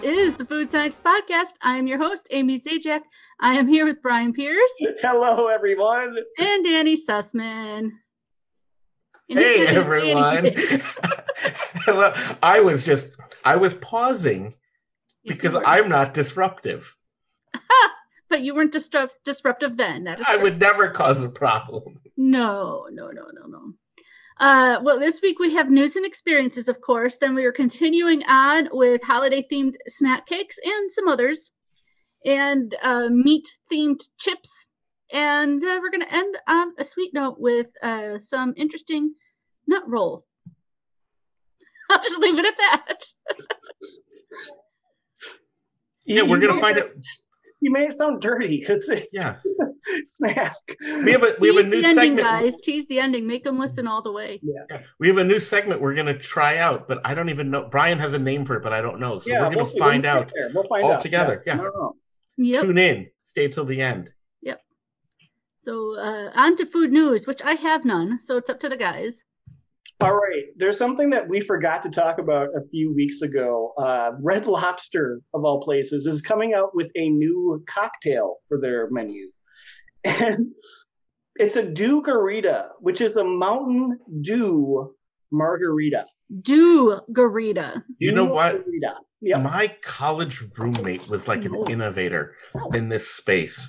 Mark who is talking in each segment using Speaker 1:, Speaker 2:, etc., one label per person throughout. Speaker 1: Food Science Podcast. I am your host, Amy Zajac. I am here with Brian Pierce
Speaker 2: Hello, everyone.
Speaker 1: and Danny Sussman. And he
Speaker 2: Hey,
Speaker 1: couldn't say
Speaker 2: everyone.
Speaker 1: anything.
Speaker 2: well, I was just, I was pausing
Speaker 1: Yes,
Speaker 2: because
Speaker 1: you were.
Speaker 2: I'm not disruptive.
Speaker 1: But you weren't disrupt, disruptive then. That is
Speaker 2: I
Speaker 1: correct.
Speaker 2: would never cause a problem.
Speaker 1: No, no, no, no, no. Uh, well, this week we have news and experiences, of course. Then we are continuing on with holiday themed snack cakes and some others, and uh, meat themed chips. And uh, we're going to end on a sweet note with uh, some interesting nut roll. I'll just leave it at that.
Speaker 2: Yeah, we're gonna
Speaker 3: You-
Speaker 2: find out.
Speaker 3: You made it sound dirty. It's, it's
Speaker 2: Yeah,
Speaker 3: snack.
Speaker 2: we have a we have a
Speaker 1: Tease
Speaker 2: new
Speaker 1: the ending,
Speaker 2: segment.
Speaker 1: guys. Tease the ending. Make them listen all the way.
Speaker 2: We have a new segment we're gonna try out, but I don't even know. Brian has a name for it, but I don't know. So we're gonna
Speaker 3: we'll see. We'll
Speaker 2: find
Speaker 3: get
Speaker 2: out.
Speaker 3: there. We'll find
Speaker 2: all
Speaker 3: out.
Speaker 2: together. Yeah.
Speaker 3: I don't know.
Speaker 1: Yep.
Speaker 2: Tune in. Stay till the end.
Speaker 1: So uh, on to food news, which I have none. So it's up to the guys.
Speaker 3: All right. There's something that we forgot to talk about a few weeks ago. Uh, Red Lobster, of all places, is coming out with a new cocktail for their menu. And it's a Dugarita, which is a Mountain Dew margarita.
Speaker 1: Do Garita.
Speaker 2: You know what?
Speaker 3: Dew-garita. Yep.
Speaker 2: My college roommate was like an
Speaker 1: Oh.
Speaker 2: innovator in this space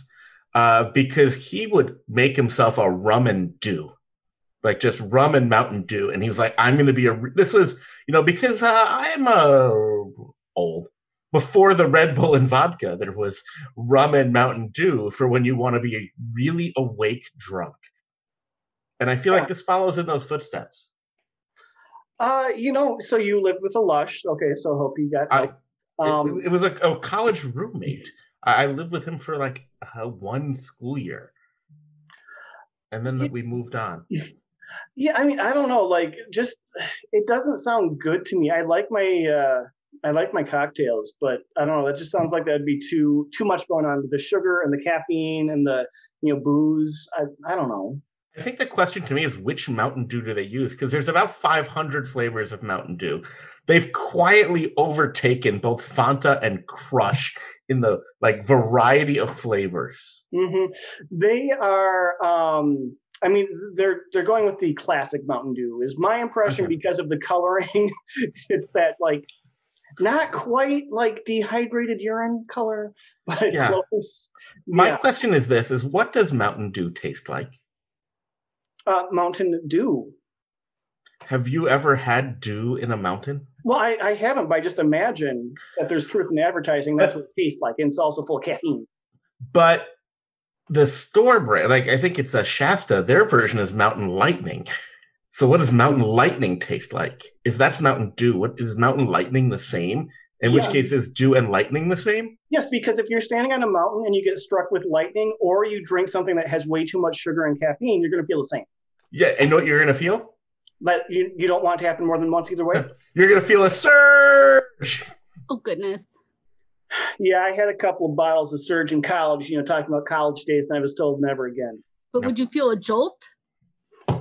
Speaker 2: uh, because he would make himself a rum and dew, like just rum and Mountain Dew, and he was like, "I'm going to be a." re- This was, you know, because uh, I'm uh, old. Before the Red Bull and vodka, there was rum and Mountain Dew for when you want to be really awake drunk. And I feel
Speaker 3: Yeah.
Speaker 2: like this follows in those footsteps.
Speaker 3: Uh, you know, so you lived with a lush. Okay, so hope you got.
Speaker 2: I, It-
Speaker 3: um,
Speaker 2: it, was a, a college roommate. I, I lived with him for like uh, one school year, and then
Speaker 3: You-
Speaker 2: we moved on.
Speaker 3: Yeah, I mean, I don't know. Like, just it doesn't sound good to me. I like my uh, I like my cocktails, but I don't know. That just sounds like that'd be too too much going on with the sugar and the caffeine and the you know booze. I I don't know.
Speaker 2: I think the question to me is which Mountain Dew do they use? Because there's about 500 flavors of Mountain Dew. They've quietly overtaken both Fanta and Crush in the like variety of flavors.
Speaker 3: hmm They are. Um, I mean, they're they're going with the classic Mountain Dew. Is my impression
Speaker 2: Okay.
Speaker 3: because of the coloring. it's that like not quite like dehydrated urine color, but
Speaker 2: Yeah.
Speaker 3: close.
Speaker 2: My
Speaker 3: Yeah.
Speaker 2: question is this: is what does Mountain Dew taste like?
Speaker 3: Uh, Mountain Dew.
Speaker 2: Have you ever had dew in a mountain?
Speaker 3: Well, I, I haven't, but I just imagine that there's truth in advertising. That's what it tastes like. And it's also full of caffeine.
Speaker 2: but the store brand, like I think it's a Shasta, their version is Mountain Lightning. So what does Mountain Lightning taste like? If that's Mountain Dew, what is Mountain Lightning the same? In which
Speaker 3: Yeah.
Speaker 2: case is Dew and Lightning the same?
Speaker 3: Yes, because if you're standing on a mountain and you get struck with lightning or you drink something that has way too much sugar and caffeine, you're going to feel the same.
Speaker 2: Yeah, and you know what you're gonna feel?
Speaker 3: That you, you don't want it to happen more than once either way.
Speaker 2: You're gonna feel a surge.
Speaker 1: Oh goodness.
Speaker 3: yeah, I had a couple of bottles of Surge in college, you know, talking about college days, and I was told never again.
Speaker 1: But
Speaker 2: No.
Speaker 1: would you feel a jolt?
Speaker 2: You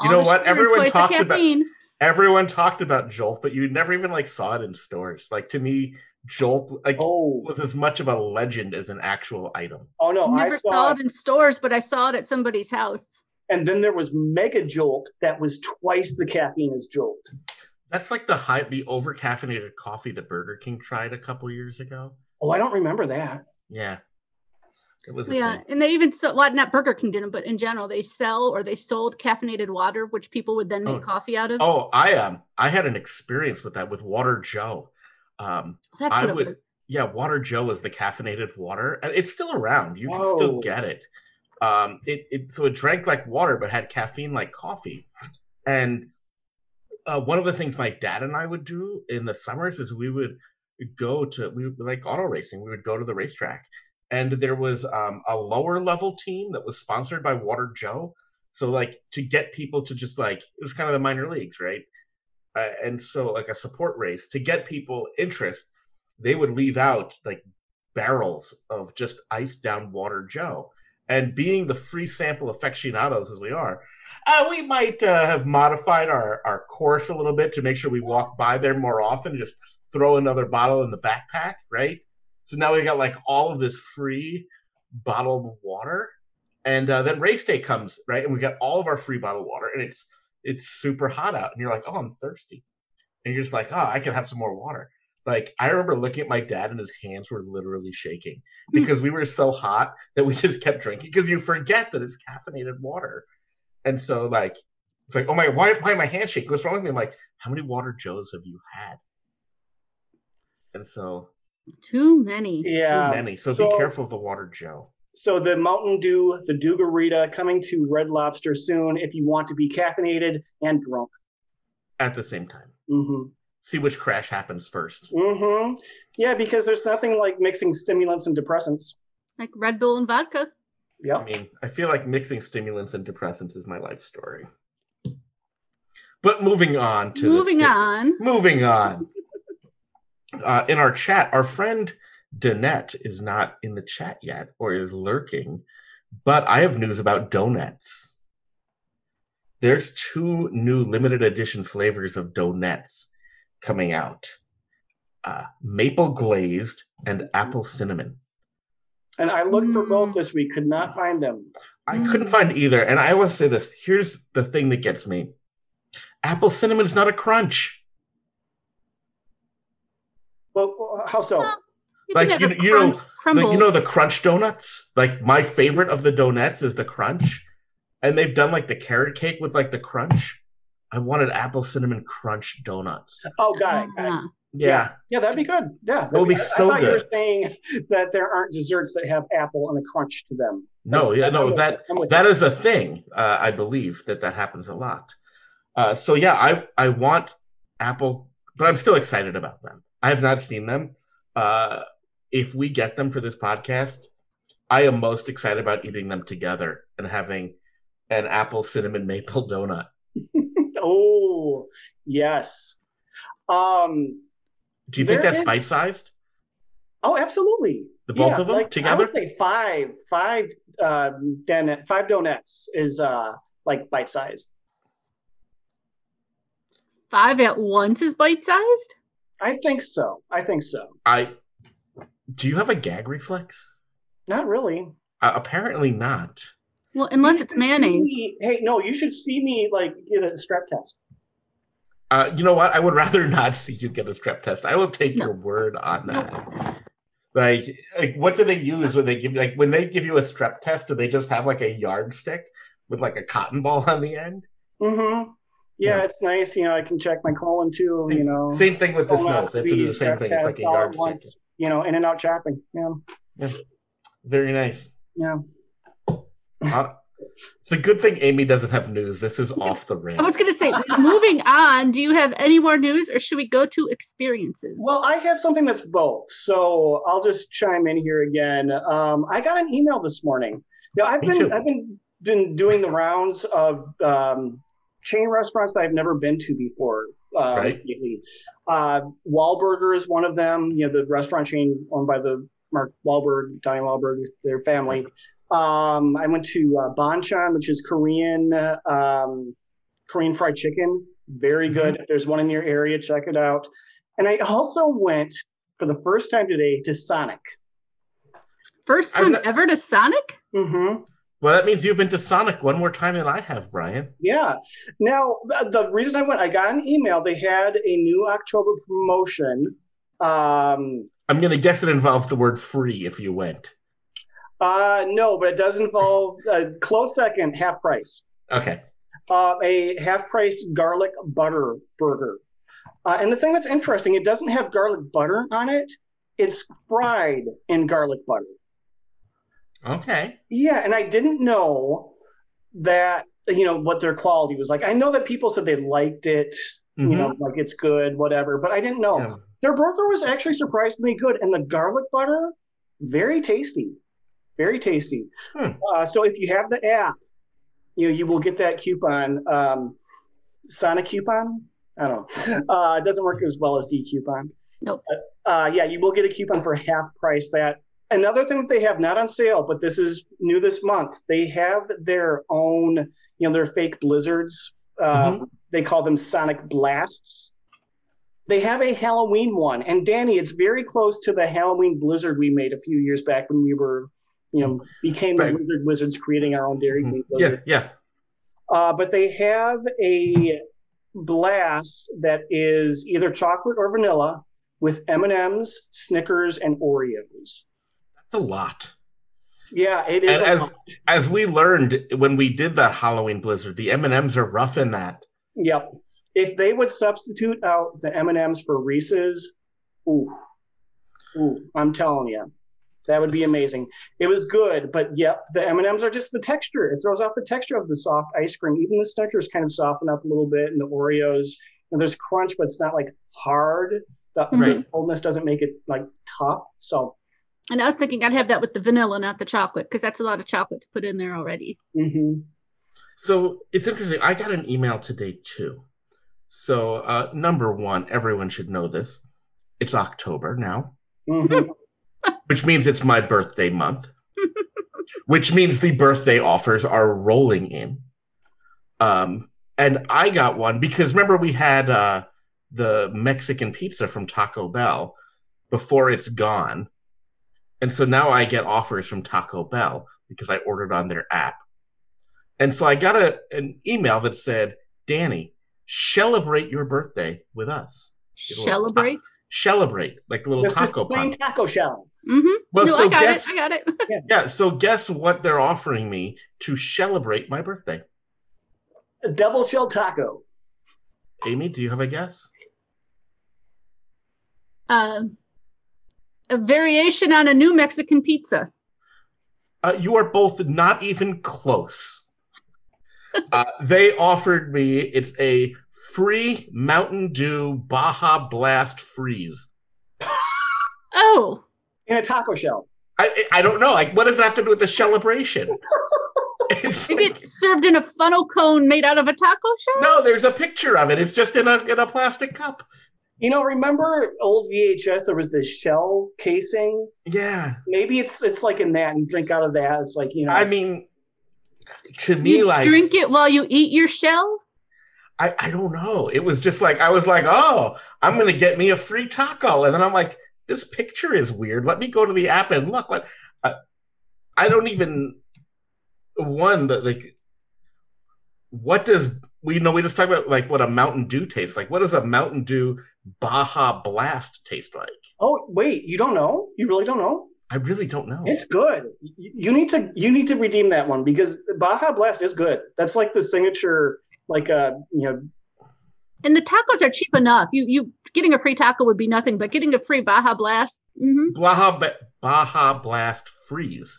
Speaker 1: All
Speaker 2: know
Speaker 1: the
Speaker 2: what?
Speaker 1: sugar and
Speaker 2: Everyone
Speaker 1: twice the
Speaker 2: talked about-
Speaker 1: caffeine.
Speaker 2: Everyone talked about Jolt, but you never even like saw it in stores. Like to me, Jolt like
Speaker 3: Oh,
Speaker 2: was as much of a legend as an actual item.
Speaker 3: oh no,
Speaker 1: I never
Speaker 3: I
Speaker 1: saw
Speaker 3: saw
Speaker 1: it in stores, but I saw it at somebody's house.
Speaker 3: And then there was Mega Jolt that was twice the caffeine as Jolt.
Speaker 2: That's like the high the over caffeinated coffee that Burger King tried a couple years ago.
Speaker 3: Oh, I don't remember that.
Speaker 2: Yeah. It was a
Speaker 1: Yeah,
Speaker 2: thing.
Speaker 1: and they even sold, well, not Burger King didn't, but in general, they sell or they sold caffeinated water, which people would then make
Speaker 2: Oh.
Speaker 1: coffee out of.
Speaker 2: Oh, I um I had an experience with that with Water Joe. Um
Speaker 1: That's
Speaker 2: I
Speaker 1: what
Speaker 2: would-
Speaker 1: it was.
Speaker 2: yeah, Water Joe is the caffeinated water. And it's still around. You can still
Speaker 3: Oh.
Speaker 2: get it. Um it, it so it drank like water but had caffeine like coffee. And uh, one of the things my dad and I would do in the summers is we would go to we would, like auto racing. We would go to the racetrack, and there was um, a lower level team that was sponsored by Water Joe. So like to get people to just like it was kind of the minor leagues, right? Uh, and so like a support race to get people interest, they would leave out like barrels of just iced down Water Joe. And being the free sample aficionados as we are, uh, we might uh, have modified our, our course a little bit to make sure we walk by there more often and just throw another bottle in the backpack, right? So now we got like all of this free bottled water, and uh, then race day comes, right? And we got all of our free bottled water, and it's it's super hot out, and you're like, oh, I'm thirsty, and you're just like, oh, I can have some more water. Like I remember looking at my dad, and his hands were literally shaking
Speaker 3: Mm.
Speaker 2: because we were so hot that we just kept drinking because you forget that it's caffeinated water, and so like it's like, oh my, why, why my handshake? What's wrong with me? I'm like, how many water joes have you had? And so
Speaker 1: Too many.
Speaker 3: Yeah.
Speaker 2: too many. So, be
Speaker 3: so-
Speaker 2: careful of the water Joe.
Speaker 3: So the Mountain Dew, the Dougarita, coming to Red Lobster soon. If you want to be caffeinated and drunk.
Speaker 2: At the same time,
Speaker 3: hmm
Speaker 2: see which crash happens first.
Speaker 3: hmm Yeah, because there's nothing like mixing stimulants and depressants.
Speaker 1: Like Red Bull and vodka.
Speaker 2: I
Speaker 3: Yep.
Speaker 2: mean, I feel like mixing stimulants and depressants is my life story. But moving on to the
Speaker 1: Moving
Speaker 2: sti-
Speaker 1: on.
Speaker 2: Moving on. Uh, in our chat, our friend Danette is not in the chat yet or is lurking, but I have news about donuts. There's two new limited edition flavors of donuts coming out uh, maple glazed and apple cinnamon.
Speaker 3: And I looked for
Speaker 1: Mm.
Speaker 3: both this week, could not find them.
Speaker 2: I
Speaker 1: Mm.
Speaker 2: couldn't find either. And I always say this here's the thing that gets me apple cinnamon is not a crunch.
Speaker 3: Well, how so?
Speaker 1: Well, You
Speaker 2: Like,
Speaker 1: can
Speaker 2: you-
Speaker 1: have a
Speaker 2: you know-
Speaker 1: crunch- crumble.
Speaker 2: Like, you know the crunch donuts? Like my favorite of the donuts is the crunch. And they've done like the carrot cake with like the crunch. I wanted apple cinnamon crunch donuts.
Speaker 3: Oh, got it. Got it.
Speaker 1: Ah.
Speaker 2: Yeah.
Speaker 3: Yeah, that'd be good. Yeah,
Speaker 2: That would be
Speaker 3: I-
Speaker 2: so
Speaker 3: I thought you were
Speaker 2: good.
Speaker 3: saying that there aren't desserts that have apple and a crunch to them.
Speaker 2: No, yeah,
Speaker 3: I'm
Speaker 2: no,
Speaker 3: with
Speaker 2: that
Speaker 3: you. I'm with
Speaker 2: that is a thing. Uh, I believe that that happens a lot. Uh, so yeah, I I want apple, but I'm still excited about them. I have not seen them. Uh, if we get them for this podcast, I am most excited about eating them together and having an apple cinnamon maple donut.
Speaker 3: you. Oh, yes. Um.
Speaker 2: Do you think
Speaker 3: There
Speaker 2: that's
Speaker 3: is-
Speaker 2: bite sized?
Speaker 3: Oh, absolutely.
Speaker 2: The both of them
Speaker 3: I
Speaker 2: together?
Speaker 3: would say five, five, um, donut, five donuts is uh like bite sized.
Speaker 1: Five at once is bite sized?
Speaker 3: I think so. I think so.
Speaker 2: I do you have a gag reflex?
Speaker 3: Not really.
Speaker 2: Uh, apparently not.
Speaker 1: Well, unless it's mayonnaise.
Speaker 3: Me- Hey, no, you should see me like get a strep test.
Speaker 2: Uh, you know what? I would rather not see you get a strep test. I will take
Speaker 1: No.
Speaker 2: your word on that. Like, like, what do they use when they give you like when they give you a strep test? Do they just have like a yardstick with like a cotton ball on the end?
Speaker 3: Mm-hmm. Yeah,
Speaker 2: Yeah.
Speaker 3: it's nice. You know, I can check my colon too. You know,
Speaker 2: Same thing with this nose. They have to do the
Speaker 3: Colonoscopy,
Speaker 2: same thing. It's
Speaker 3: strep
Speaker 2: like a
Speaker 3: test all at
Speaker 2: yardstick.
Speaker 3: once, You know, in and out shopping. Yeah,
Speaker 2: Very nice.
Speaker 3: yeah.
Speaker 2: Uh, it's a good thing Amy doesn't have news. This is off the rails.
Speaker 1: I was going to say, moving on, do you have any more news or should we go to experiences?
Speaker 3: Well, I have something that's both, so I'll just chime in here again. Um, I got an email this morning. Now, I've
Speaker 2: Me
Speaker 3: been
Speaker 2: too.
Speaker 3: I've been been doing the rounds of um, chain restaurants that I've never been to before. Uh,
Speaker 2: Right.
Speaker 3: lately. Uh, Wahlburger is one of them. You know, the restaurant chain owned by the Mark Wahlberg, Donnie Wahlberg, their family. Um, I went to uh, Banchan, which is Korean um, Korean fried chicken. Very good. If there's one in your area, check it out. And I also went for the first time today to Sonic.
Speaker 1: First
Speaker 2: I'm
Speaker 1: time
Speaker 2: not-
Speaker 1: ever to Sonic?
Speaker 3: hmm
Speaker 2: Well, that means you've been to Sonic one more time than I have, Brian.
Speaker 3: Yeah. Now, th- the reason I went, I got an email. They had a new October promotion. Um,
Speaker 2: I'm gonna guess it involves the word free if you went.
Speaker 3: uh, no, but it does involve a close second, half price.
Speaker 2: Okay.
Speaker 3: uh, a half price garlic butter burger. Uh, and the thing that's interesting, it doesn't have garlic butter on it, it's fried in garlic butter.
Speaker 2: Okay.
Speaker 3: Yeah, and I didn't know that, you know, what their quality was like. I know that people said they liked it,
Speaker 2: Mhm.
Speaker 3: you know, oh, like it's good, whatever, but I didn't know.
Speaker 2: Yeah.
Speaker 3: Their burger was actually surprisingly good, and the garlic butter, very tasty, very tasty.
Speaker 2: Hmm.
Speaker 3: Uh, so if you have the app, you know you will get that coupon, um, Sonic coupon. I don't know. Uh, it doesn't work as well as D coupon.
Speaker 1: Nope.
Speaker 3: Uh, yeah, you will get a coupon for half price. That another thing that they have not on sale, but this is new this month. They have their own, you know, their fake blizzards. Um, They call them Sonic Blasts They have a Halloween one, and Danny, it's very close to the Halloween blizzard we made a few years back when we were, you know, became
Speaker 2: Right. Mm-hmm.
Speaker 3: the Wizard Wizards, creating our own Dairy Queen blizzard.
Speaker 2: Yeah, yeah.
Speaker 3: Uh, but they have a blast that is either chocolate or vanilla with M and M's, Snickers, and Oreos.
Speaker 2: That's a lot.
Speaker 3: Yeah, it is.
Speaker 2: And
Speaker 3: a
Speaker 2: as
Speaker 3: lot.
Speaker 2: as we learned when we did that Halloween blizzard, the M and M's are rough in that.
Speaker 3: Yep. If they would substitute out the M and M's for Reese's, ooh, ooh, I'm telling you, that would be amazing. It was good, but yep, the M and M's are just the texture. It throws off the texture of the soft ice cream. Even the Snickers kind of soften up a little bit, and the Oreos, and there's crunch, but it's not like hard. The
Speaker 1: Right.
Speaker 3: coldness doesn't make it like tough. So,
Speaker 1: And I was thinking I'd have that with the vanilla, not the chocolate, because that's a lot of chocolate to put in there already.
Speaker 3: mhm.
Speaker 2: So it's interesting. I got an email today too. So uh, number one, everyone should know this. It's October now,
Speaker 3: Mhm.
Speaker 2: which means it's my birthday month, which means the birthday offers are rolling in. Um, and I got one because remember we had uh, the Mexican pizza from Taco Bell before it's gone, and so now I get offers from Taco Bell because I ordered on their app. And so I got a, an email that said, "Danny, celebrate your birthday with us. It'll-
Speaker 1: Celebrate.
Speaker 2: Celebrate like a little
Speaker 3: It's just
Speaker 2: taco
Speaker 3: plain
Speaker 2: punch."
Speaker 3: taco shell.
Speaker 1: Mm-hmm.
Speaker 2: Well,
Speaker 1: no,
Speaker 2: so
Speaker 1: I got
Speaker 2: guess
Speaker 1: it. I got it.
Speaker 2: yeah. So guess what they're offering me to celebrate my birthday?
Speaker 3: A double shell taco.
Speaker 2: Amy, do you have a guess?
Speaker 1: Um, a variation on a new Mexican pizza.
Speaker 2: Uh, you are both not even close. Uh, they offered me it's a free Mountain Dew Baja Blast freeze.
Speaker 1: Oh,
Speaker 3: In a taco shell.
Speaker 2: I I I don't know. Like, what does that have to do with the celebration? It's
Speaker 1: you
Speaker 2: like-
Speaker 1: get served in a funnel cone made out of a taco shell.
Speaker 2: no, there's a picture of it. It's just in a in a plastic cup.
Speaker 3: You know, remember old VHS? There was this shell casing.
Speaker 2: Yeah,
Speaker 3: Maybe it's it's like in that. You drink out of that. It's like you know.
Speaker 2: I mean, to me,
Speaker 1: you
Speaker 2: like
Speaker 1: drink it while you eat your shell.
Speaker 2: I I don't know. It was just like I was like, oh, I'm gonna get me a free taco, and then I'm like, this picture is weird. Let me go to the app and look. What I, I don't even one that like what does we know we just talked about like what a Mountain Dew tastes like. What does a Mountain Dew Baja Blast taste like?
Speaker 3: oh wait, you don't know? You really don't know?
Speaker 2: I really don't know.
Speaker 3: It's good. You, you need to you need to redeem that one because Baja Blast is good. That's like the signature. Like uh, you know,
Speaker 1: And the tacos are cheap enough. You you getting a free taco would be nothing, but getting a free Baja Blast. hmm
Speaker 2: Baja, Ba- Baja Blast Freeze.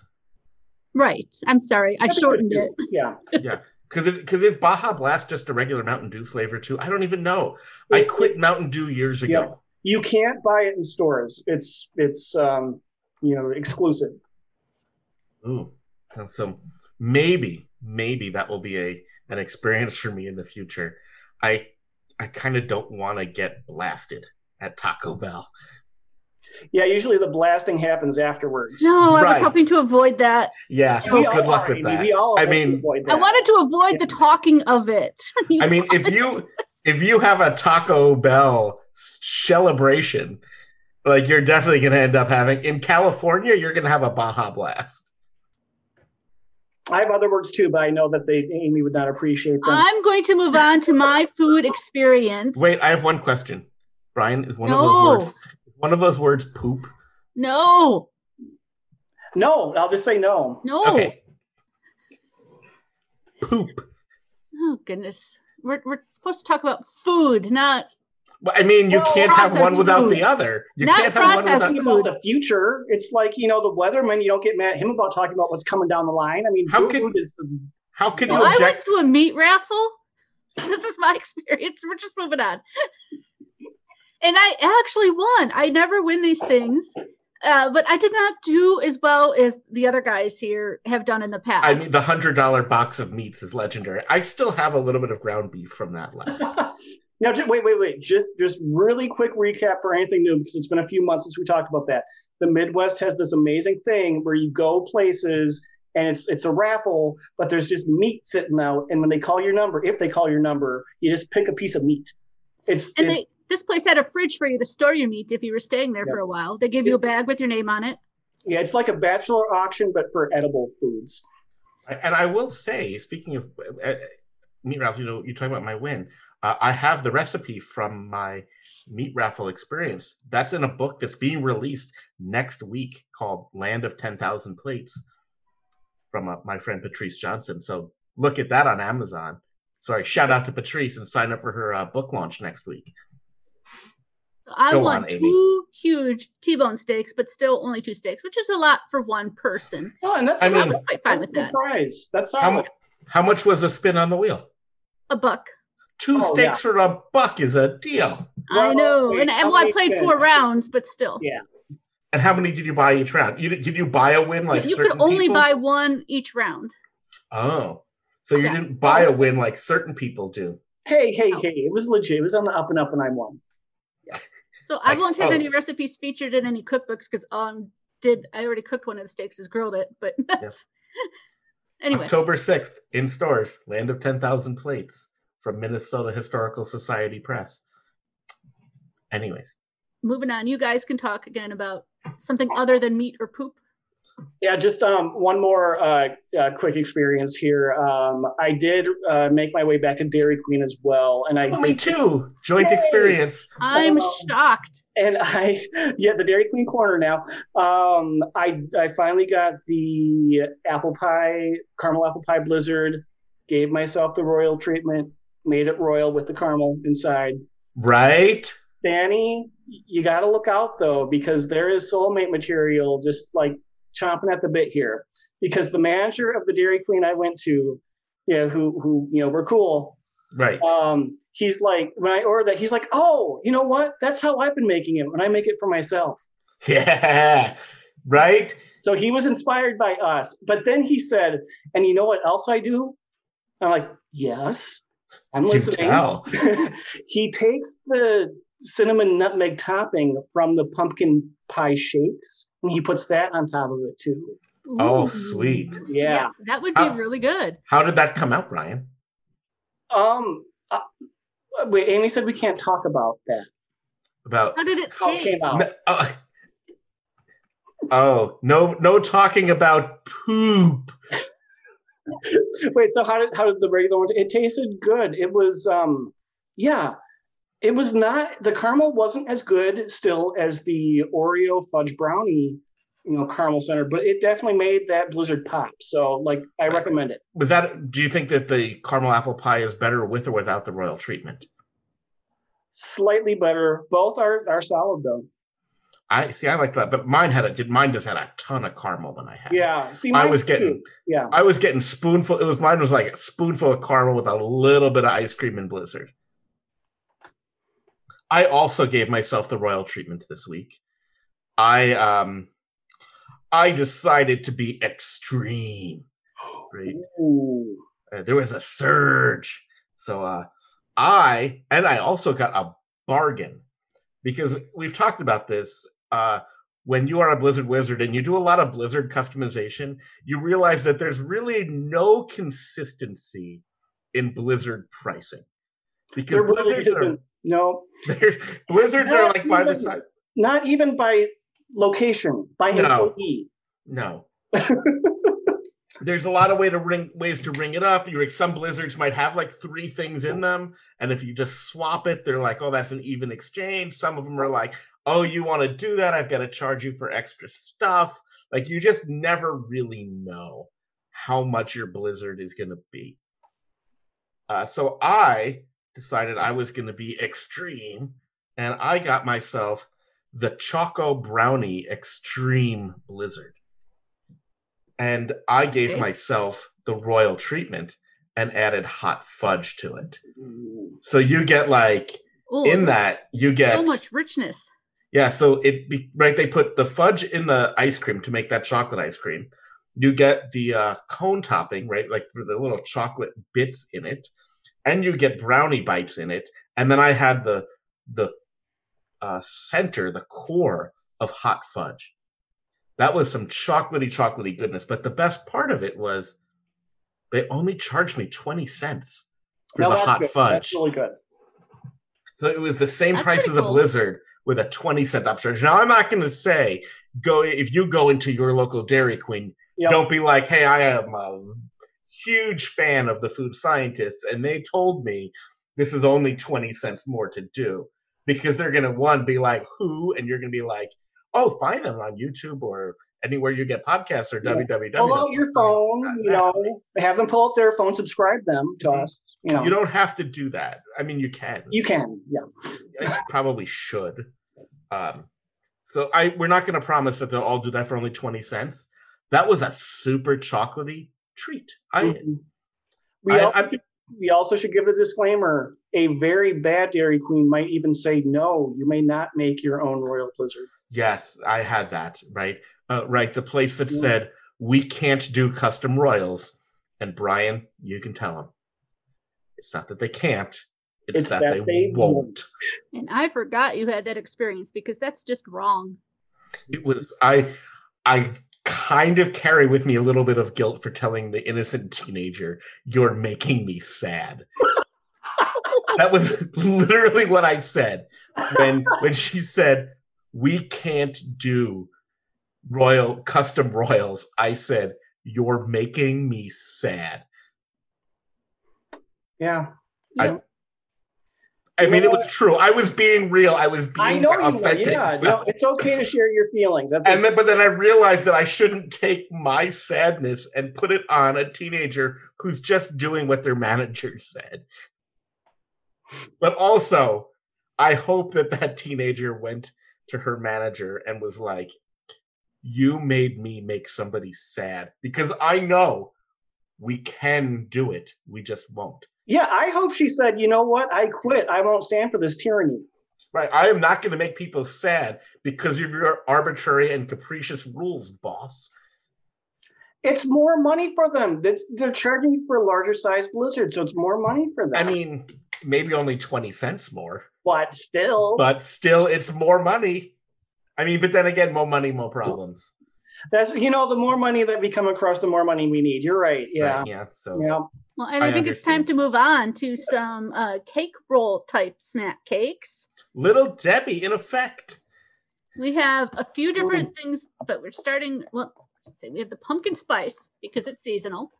Speaker 1: Right. I'm sorry, I
Speaker 3: That's good,
Speaker 1: shortened
Speaker 3: too.
Speaker 1: it.
Speaker 3: Yeah,
Speaker 2: Because it, cause is Baja Blast just a regular Mountain Dew flavor too? I don't even know. I
Speaker 3: It-
Speaker 2: quit Mountain Dew years ago.
Speaker 3: Yep. you can't buy it in stores. It's it's um, you know exclusive.
Speaker 2: Ooh. And so maybe, maybe that will be a an experience for me in the future. I I kind of don't want to get blasted at Taco Bell.
Speaker 3: Yeah, usually the blasting happens afterwards.
Speaker 1: No, I was
Speaker 2: Right.
Speaker 1: hoping to avoid that.
Speaker 2: Yeah.
Speaker 3: We all
Speaker 2: Oh, good luck
Speaker 3: are,
Speaker 2: with
Speaker 3: Amy.
Speaker 2: that.
Speaker 3: We all
Speaker 2: I
Speaker 3: have to
Speaker 2: mean-
Speaker 3: avoid
Speaker 1: I
Speaker 3: that.
Speaker 1: wanted to avoid the talking of it.
Speaker 2: I mean, if you if you have a Taco Bell celebration, like you're definitely going to end up having in California, you're going to have a Baja Blast.
Speaker 3: I have other words too, but I know that they Amy would not appreciate them.
Speaker 1: I'm going to move on to my food experience.
Speaker 2: Wait, I have one question. Brian, is one
Speaker 1: No.
Speaker 2: of those words one of those words poop?
Speaker 1: No,
Speaker 3: no, I'll just say no.
Speaker 1: no.
Speaker 2: Okay. Poop.
Speaker 1: Oh goodness. We're we're supposed to talk about food, not
Speaker 2: Well, I mean, you
Speaker 3: Well,
Speaker 2: can't have one
Speaker 1: processed
Speaker 2: without
Speaker 1: food.
Speaker 2: the other. You
Speaker 1: Not
Speaker 2: can't have one
Speaker 1: processed
Speaker 2: without.
Speaker 3: Talking about the future, it's like you know the weatherman. You don't get mad at him about talking about what's coming down the line. I mean,
Speaker 2: How
Speaker 3: food
Speaker 2: can-
Speaker 3: is the,
Speaker 2: How can
Speaker 1: Well,
Speaker 2: you
Speaker 1: I went
Speaker 2: object?
Speaker 1: to a meat raffle. This is my experience. We're just moving on. And I actually won. I never win these things, uh, but I did not do as well as the other guys here have done in the past.
Speaker 2: I mean, the hundred dollar box of meats is legendary. I still have a little bit of ground beef from that last.
Speaker 3: now. Just, wait, wait, wait. Just just really quick recap for anything new because it's been a few months since we talked about that. The Midwest has this amazing thing where you go places and it's it's a raffle, but there's just meat sitting out. And when they call your number, if they call your number, you just pick a piece of meat. It's,
Speaker 1: and
Speaker 3: it's
Speaker 1: they This place had a fridge for you to store your meat if you were staying there
Speaker 3: Yep.
Speaker 1: for a while. They gave you a bag with your name on it.
Speaker 3: Yeah, it's like a bachelor auction, but for edible foods.
Speaker 2: And I will say, speaking of uh, uh, meat raffles, you know, you talk about my win. Uh, I have the recipe from my meat raffle experience. That's in a book that's being released next week called "Land of Ten Thousand Plates" from uh, my friend Patrice Johnson. So look at that on Amazon. Sorry, shout out to Patrice and sign up for her uh, book launch next week.
Speaker 1: So I
Speaker 2: Go on,
Speaker 1: won
Speaker 2: Amy.
Speaker 1: two huge T-bone steaks, but still only two steaks, which is a lot for one person.
Speaker 3: Oh, and that's
Speaker 2: I
Speaker 1: So I
Speaker 2: mean,
Speaker 1: was quite fine
Speaker 3: that's
Speaker 1: with
Speaker 3: a good
Speaker 1: that.
Speaker 3: prize. That's
Speaker 2: How,
Speaker 3: solid.
Speaker 2: mu- how much was a spin on the wheel?
Speaker 1: A buck.
Speaker 2: Two
Speaker 3: Oh, yeah.
Speaker 2: steaks for a buck is a deal.
Speaker 1: I
Speaker 3: Well,
Speaker 1: know,
Speaker 3: wait,
Speaker 1: and,
Speaker 3: how
Speaker 1: and well, I
Speaker 3: many
Speaker 1: played
Speaker 3: spins?
Speaker 1: four rounds, but still,
Speaker 3: Yeah,
Speaker 2: And how many did you buy each round? You did did you buy a win like
Speaker 1: you could
Speaker 2: certain
Speaker 1: only
Speaker 2: people?
Speaker 1: buy one each round.
Speaker 2: Oh, so you
Speaker 1: Yeah.
Speaker 2: didn't buy a win like certain people do.
Speaker 3: Hey, hey,
Speaker 1: Oh.
Speaker 3: hey! It was legit. It was on the up and up, and I won.
Speaker 1: So I
Speaker 2: Like,
Speaker 1: won't have
Speaker 2: oh.
Speaker 1: any recipes featured in any cookbooks because um did I already cooked one of the steaks is grilled it, but anyway,
Speaker 2: October 6th in stores, Land of 10,000 Plates from Minnesota Historical Society Press. Anyways,
Speaker 1: moving on. You guys can talk again about something other than meat or poop.
Speaker 3: Yeah, just um, one more uh, uh, quick experience here. Um, I did uh, make my way back to Dairy Queen as well, and I
Speaker 2: oh, me too. Joint
Speaker 3: Yay!
Speaker 2: experience.
Speaker 1: I'm
Speaker 3: Oh.
Speaker 1: shocked.
Speaker 3: and I yeah the Dairy Queen corner now. Um, I I finally got the apple pie caramel apple pie blizzard. Gave myself the royal treatment. Made it royal with the caramel inside.
Speaker 2: Right?
Speaker 3: Danny, you got to look out though, because there is soulmate material just like chomping at the bit here. Because the manager of the Dairy Queen I went to, you know, who who you know we're cool.
Speaker 2: Right.
Speaker 3: Um, he's like when I order that, he's like, oh, you know what? That's how I've been making it when I make it for myself.
Speaker 2: Yeah. Right?
Speaker 3: So he was inspired by us. But then he said, and you know what else I do? I'm like, yes, I'm
Speaker 2: You
Speaker 3: listening.
Speaker 2: tell.
Speaker 3: he takes the cinnamon nutmeg topping from the pumpkin pie shakes and he puts that on top of it too.
Speaker 2: Oh,
Speaker 1: Ooh.
Speaker 2: sweet. Uh,
Speaker 3: Yeah.
Speaker 1: Yes, that would be
Speaker 2: How-
Speaker 1: really good.
Speaker 2: How did that come out, Ryan?
Speaker 3: Um, uh, wait, Amy said we can't talk about that.
Speaker 2: About
Speaker 1: How did it
Speaker 3: How it
Speaker 1: taste?
Speaker 3: came out.
Speaker 2: No, uh, oh, no no talking about poop.
Speaker 3: Wait, so how did how did the regular one? It tasted good. It was um, yeah, it was not the caramel wasn't as good still as the Oreo fudge brownie, you know, caramel center, but it definitely made that blizzard pop. So like, I recommend it.
Speaker 2: was that do you think that the caramel apple pie is better with or without the royal treatment
Speaker 3: Slightly better. Both are are solid though.
Speaker 2: i see i like that but mine had a did mine just had a ton of caramel when i had it.
Speaker 3: Yeah. See,
Speaker 2: i
Speaker 3: mine
Speaker 2: was
Speaker 3: too.
Speaker 2: getting
Speaker 3: Yeah.
Speaker 2: i was getting spoonful it was mine was like a spoonful of caramel with a little bit of ice cream and blizzard i also gave myself the royal treatment this week i um i decided to be extreme Right.
Speaker 3: Ooh.
Speaker 2: uh, there was a surge. So uh, I and I also got a bargain because we've talked about this. Uh, when you are a Blizzard wizard and you do a lot of Blizzard customization, you realize that there's really no consistency in Blizzard pricing because
Speaker 3: There really
Speaker 2: Blizzards are
Speaker 3: isn't. No,
Speaker 2: there's, Blizzards are
Speaker 3: Not
Speaker 2: like by the
Speaker 3: even-
Speaker 2: side.
Speaker 3: not even by location, by
Speaker 2: No.
Speaker 3: employee.
Speaker 2: No. There's a lot of way to ring ways to ring it up. You're some blizzards might have like three things in them, and if you just swap it, they're like, "Oh, that's an even exchange." Some of them are like, "Oh, you want to do that? I've got to charge you for extra stuff." Like you just never really know how much your blizzard is going to be. Uh, so I decided I was going to be extreme, and I got myself the Choco Brownie Extreme Blizzard. And I gave
Speaker 1: Okay.
Speaker 2: myself the royal treatment and added hot fudge to it.
Speaker 3: Ooh.
Speaker 2: So you get like
Speaker 1: Oh,
Speaker 2: in that you get
Speaker 1: so much richness.
Speaker 2: yeah, so it be, right they put the fudge in the ice cream to make that chocolate ice cream. You get the uh, cone topping, right? Like for the little chocolate bits in it, and you get brownie bites in it. And then I had the the uh, center, the core of hot fudge. That was some chocolatey, chocolatey goodness. But the best part of it was they only charged me twenty cents for
Speaker 3: Now
Speaker 2: the
Speaker 3: that's
Speaker 2: hot
Speaker 3: good.
Speaker 2: fudge.
Speaker 3: That's really good.
Speaker 2: So it was the same
Speaker 1: That's
Speaker 2: price as
Speaker 1: pretty
Speaker 2: a
Speaker 1: cool.
Speaker 2: Blizzard with a 20 cent upcharge. Now, I'm not going to say go if you go into your local Dairy Queen,
Speaker 3: Yep.
Speaker 2: don't be like, hey, I am a huge fan of the food scientists, and they told me this is only 20 cents more to do because they're going to, one, be like, who? And you're going to be like, oh, find them on YouTube or anywhere you get podcasts or
Speaker 3: Yeah.
Speaker 2: www.
Speaker 3: Pull out your phone, you know, have them pull out their phone, subscribe them to
Speaker 2: Mhm.
Speaker 3: us. You know,
Speaker 2: You don't have to do that. I mean, you can.
Speaker 3: you can. Yeah.
Speaker 2: I probably should. Um, so I we're not going to promise that they'll all do that for only twenty cents. That was a super chocolatey treat. I
Speaker 3: Mhm. We,
Speaker 2: I-
Speaker 3: also,
Speaker 2: I'm-
Speaker 3: we also should give a disclaimer. A very bad Dairy Queen might even say, no, you may not make your own Royal Blizzard.
Speaker 2: yes, I had that right. Uh, right, the place that
Speaker 3: Yeah.
Speaker 2: said we can't do custom royals, and Brian, you can tell them. It's not that they can't. It's, that, they, won't.
Speaker 1: And I forgot you had that experience because that's just wrong.
Speaker 2: It was I. I kind of carry with me a little bit of guilt for telling the innocent teenager you're making me sad. that was literally what I said when when she said we can't do royal custom royals. I said you're making me sad.
Speaker 3: Yeah.
Speaker 2: I-
Speaker 1: Yep.
Speaker 2: I
Speaker 3: You
Speaker 2: mean,
Speaker 3: know
Speaker 2: it was true. I was being real. I was
Speaker 3: I
Speaker 2: being
Speaker 3: know you were.
Speaker 2: authentic.
Speaker 3: Yeah.
Speaker 2: so-
Speaker 3: No, it's okay to share your feelings. That's
Speaker 2: and then, but then I realized that I shouldn't take my sadness and put it on a teenager who's just doing what their manager said. But also, I hope that that teenager went to her manager and was like, "You made me make somebody sad because I know we can do it. We just won't."
Speaker 3: yeah. I hope she said, you know what? I quit. I won't stand for this tyranny.
Speaker 2: Right? I am not going to make people sad because of your arbitrary and capricious rules, boss.
Speaker 3: It's more money for them. That's, they're charging you for a larger size Blizzard, so it's more money for them.
Speaker 2: I mean, maybe only 20 cents more,
Speaker 3: but still,
Speaker 2: but still it's more money. I mean, but then again, more money, more problems.
Speaker 3: that's you know, the more money that we come across, the more money we need. You're right. Yeah.
Speaker 2: Right? Yeah. So
Speaker 3: Yeah.
Speaker 1: Well, and I,
Speaker 2: I
Speaker 1: think it's time
Speaker 2: understand.
Speaker 1: to move on to some uh, cake roll type snack cakes.
Speaker 2: little Debbie, in effect.
Speaker 1: We have a few different things, but we're starting. Well, let's see, we have the pumpkin spice because it's seasonal.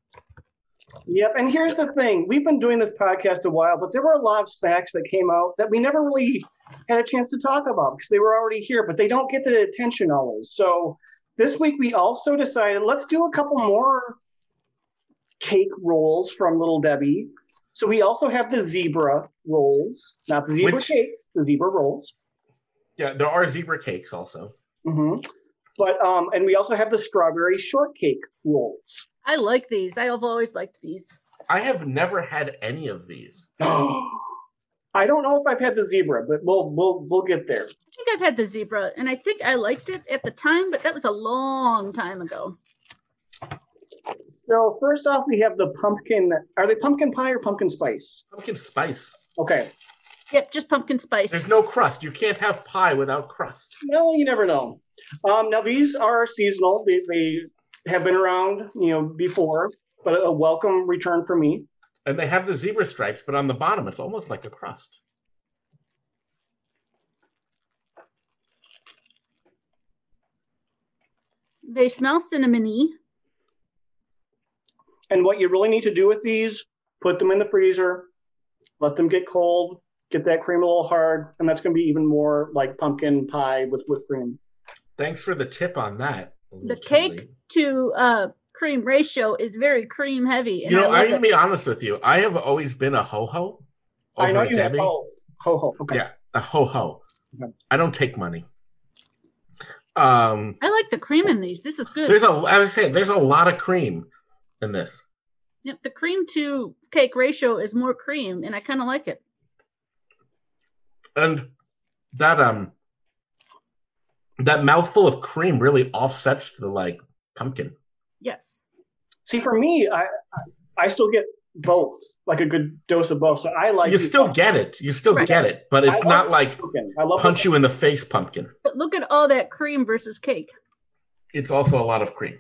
Speaker 3: Yep. And here's the thing we've been doing this podcast a while, but there were a lot of snacks that came out that we never really had a chance to talk about because they were already here, but they don't get the attention always. So this week we also decided let's do a couple more cake rolls from Little Debbie. So we also have the zebra rolls, not the zebra
Speaker 2: Which-
Speaker 3: cakes, the zebra rolls.
Speaker 2: Yeah, there are zebra cakes also.
Speaker 3: hmm But um, and we also have the strawberry shortcake rolls.
Speaker 1: I like these. I have always liked these.
Speaker 2: I have never had any of these.
Speaker 3: I don't know if I've had the zebra, but we'll we'll we'll get there.
Speaker 1: I think I've had the zebra, and I think I liked it at the time, but that was a long time ago.
Speaker 3: So first off, we have the pumpkin. Are they pumpkin pie or pumpkin spice?
Speaker 2: Pumpkin spice.
Speaker 3: Okay.
Speaker 1: Yep, just pumpkin spice.
Speaker 2: There's no crust. You can't have pie without crust.
Speaker 3: Well, you never know. Um, now these are seasonal. They, they have been around, you know, before, but a welcome return for me.
Speaker 2: And they have the zebra stripes, but on the bottom, it's almost like a crust.
Speaker 1: They smell cinnamony.
Speaker 3: And what you really need to do with these, put them in the freezer, let them get cold, get that cream a little hard, and that's going to be even more like pumpkin pie with whipped cream.
Speaker 2: Thanks for the tip on that.
Speaker 1: The cake to uh, cream ratio is very cream heavy. And
Speaker 2: You know,
Speaker 1: I
Speaker 2: I'm
Speaker 1: love
Speaker 2: going to
Speaker 1: it.
Speaker 2: be honest with you. I have always been a ho ho.
Speaker 3: I know you have. Oh, ho ho. Okay.
Speaker 2: Yeah. a ho ho.
Speaker 3: Okay.
Speaker 2: I don't take money. Um,
Speaker 1: I like the cream in these. This is good.
Speaker 2: there's a I was saying there's a lot of cream in this.
Speaker 1: Yep, the cream to cake ratio is more cream, and I kind of like it.
Speaker 2: and that um that mouthful of cream really offsets the like pumpkin
Speaker 1: Yes.
Speaker 3: See, for me, I I- I still get both, like a good dose of both. So I like
Speaker 2: you still get it you still
Speaker 1: Right.
Speaker 2: get it but
Speaker 3: I
Speaker 2: it's not
Speaker 3: love
Speaker 2: like
Speaker 3: pumpkin. I love
Speaker 2: punch you in the face pumpkin
Speaker 1: But look at all that cream versus cake.
Speaker 2: it's also a lot of cream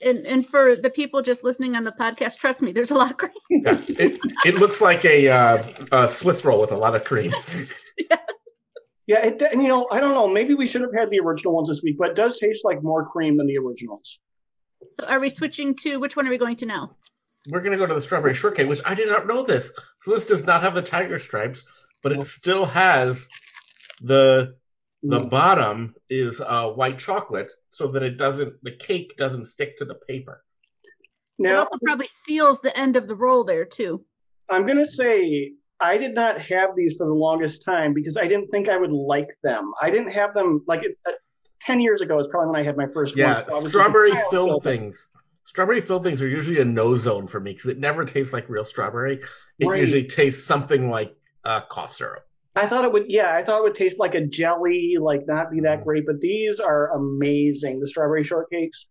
Speaker 1: and and for the people just listening on the podcast, trust me, there's a lot of cream.
Speaker 2: Yeah, it, it looks like a, uh, a Swiss roll with a lot of cream.
Speaker 3: Yeah, it, and you know, I don't know. Maybe we should have had the original ones this week, but it does taste like more cream than the originals.
Speaker 1: So are we switching to which one are we going to now?
Speaker 2: We're gonna go to the strawberry shortcake, which I did not know this. So this does not have the tiger stripes, but it still has the the
Speaker 3: Mm.
Speaker 2: bottom is uh, white chocolate, so that it doesn't the cake doesn't stick to the paper.
Speaker 1: It
Speaker 3: Now,
Speaker 1: also probably seals the end of the roll there too.
Speaker 3: I'm going to say I did not have these for the longest time because I didn't think I would like them. I didn't have them like it, uh, 10 years ago is probably when I had my first
Speaker 2: Yeah,
Speaker 3: one. So I was just a
Speaker 2: strawberry
Speaker 3: child,
Speaker 2: filled
Speaker 3: so-
Speaker 2: things. Strawberry filled things are usually a no zone for me because it never tastes like real strawberry. It
Speaker 3: Right.
Speaker 2: usually tastes something like uh, cough syrup.
Speaker 3: I thought it would, yeah, I thought it would taste like a jelly, like not be
Speaker 2: Mm.
Speaker 3: that great, but these are amazing. The strawberry shortcakes.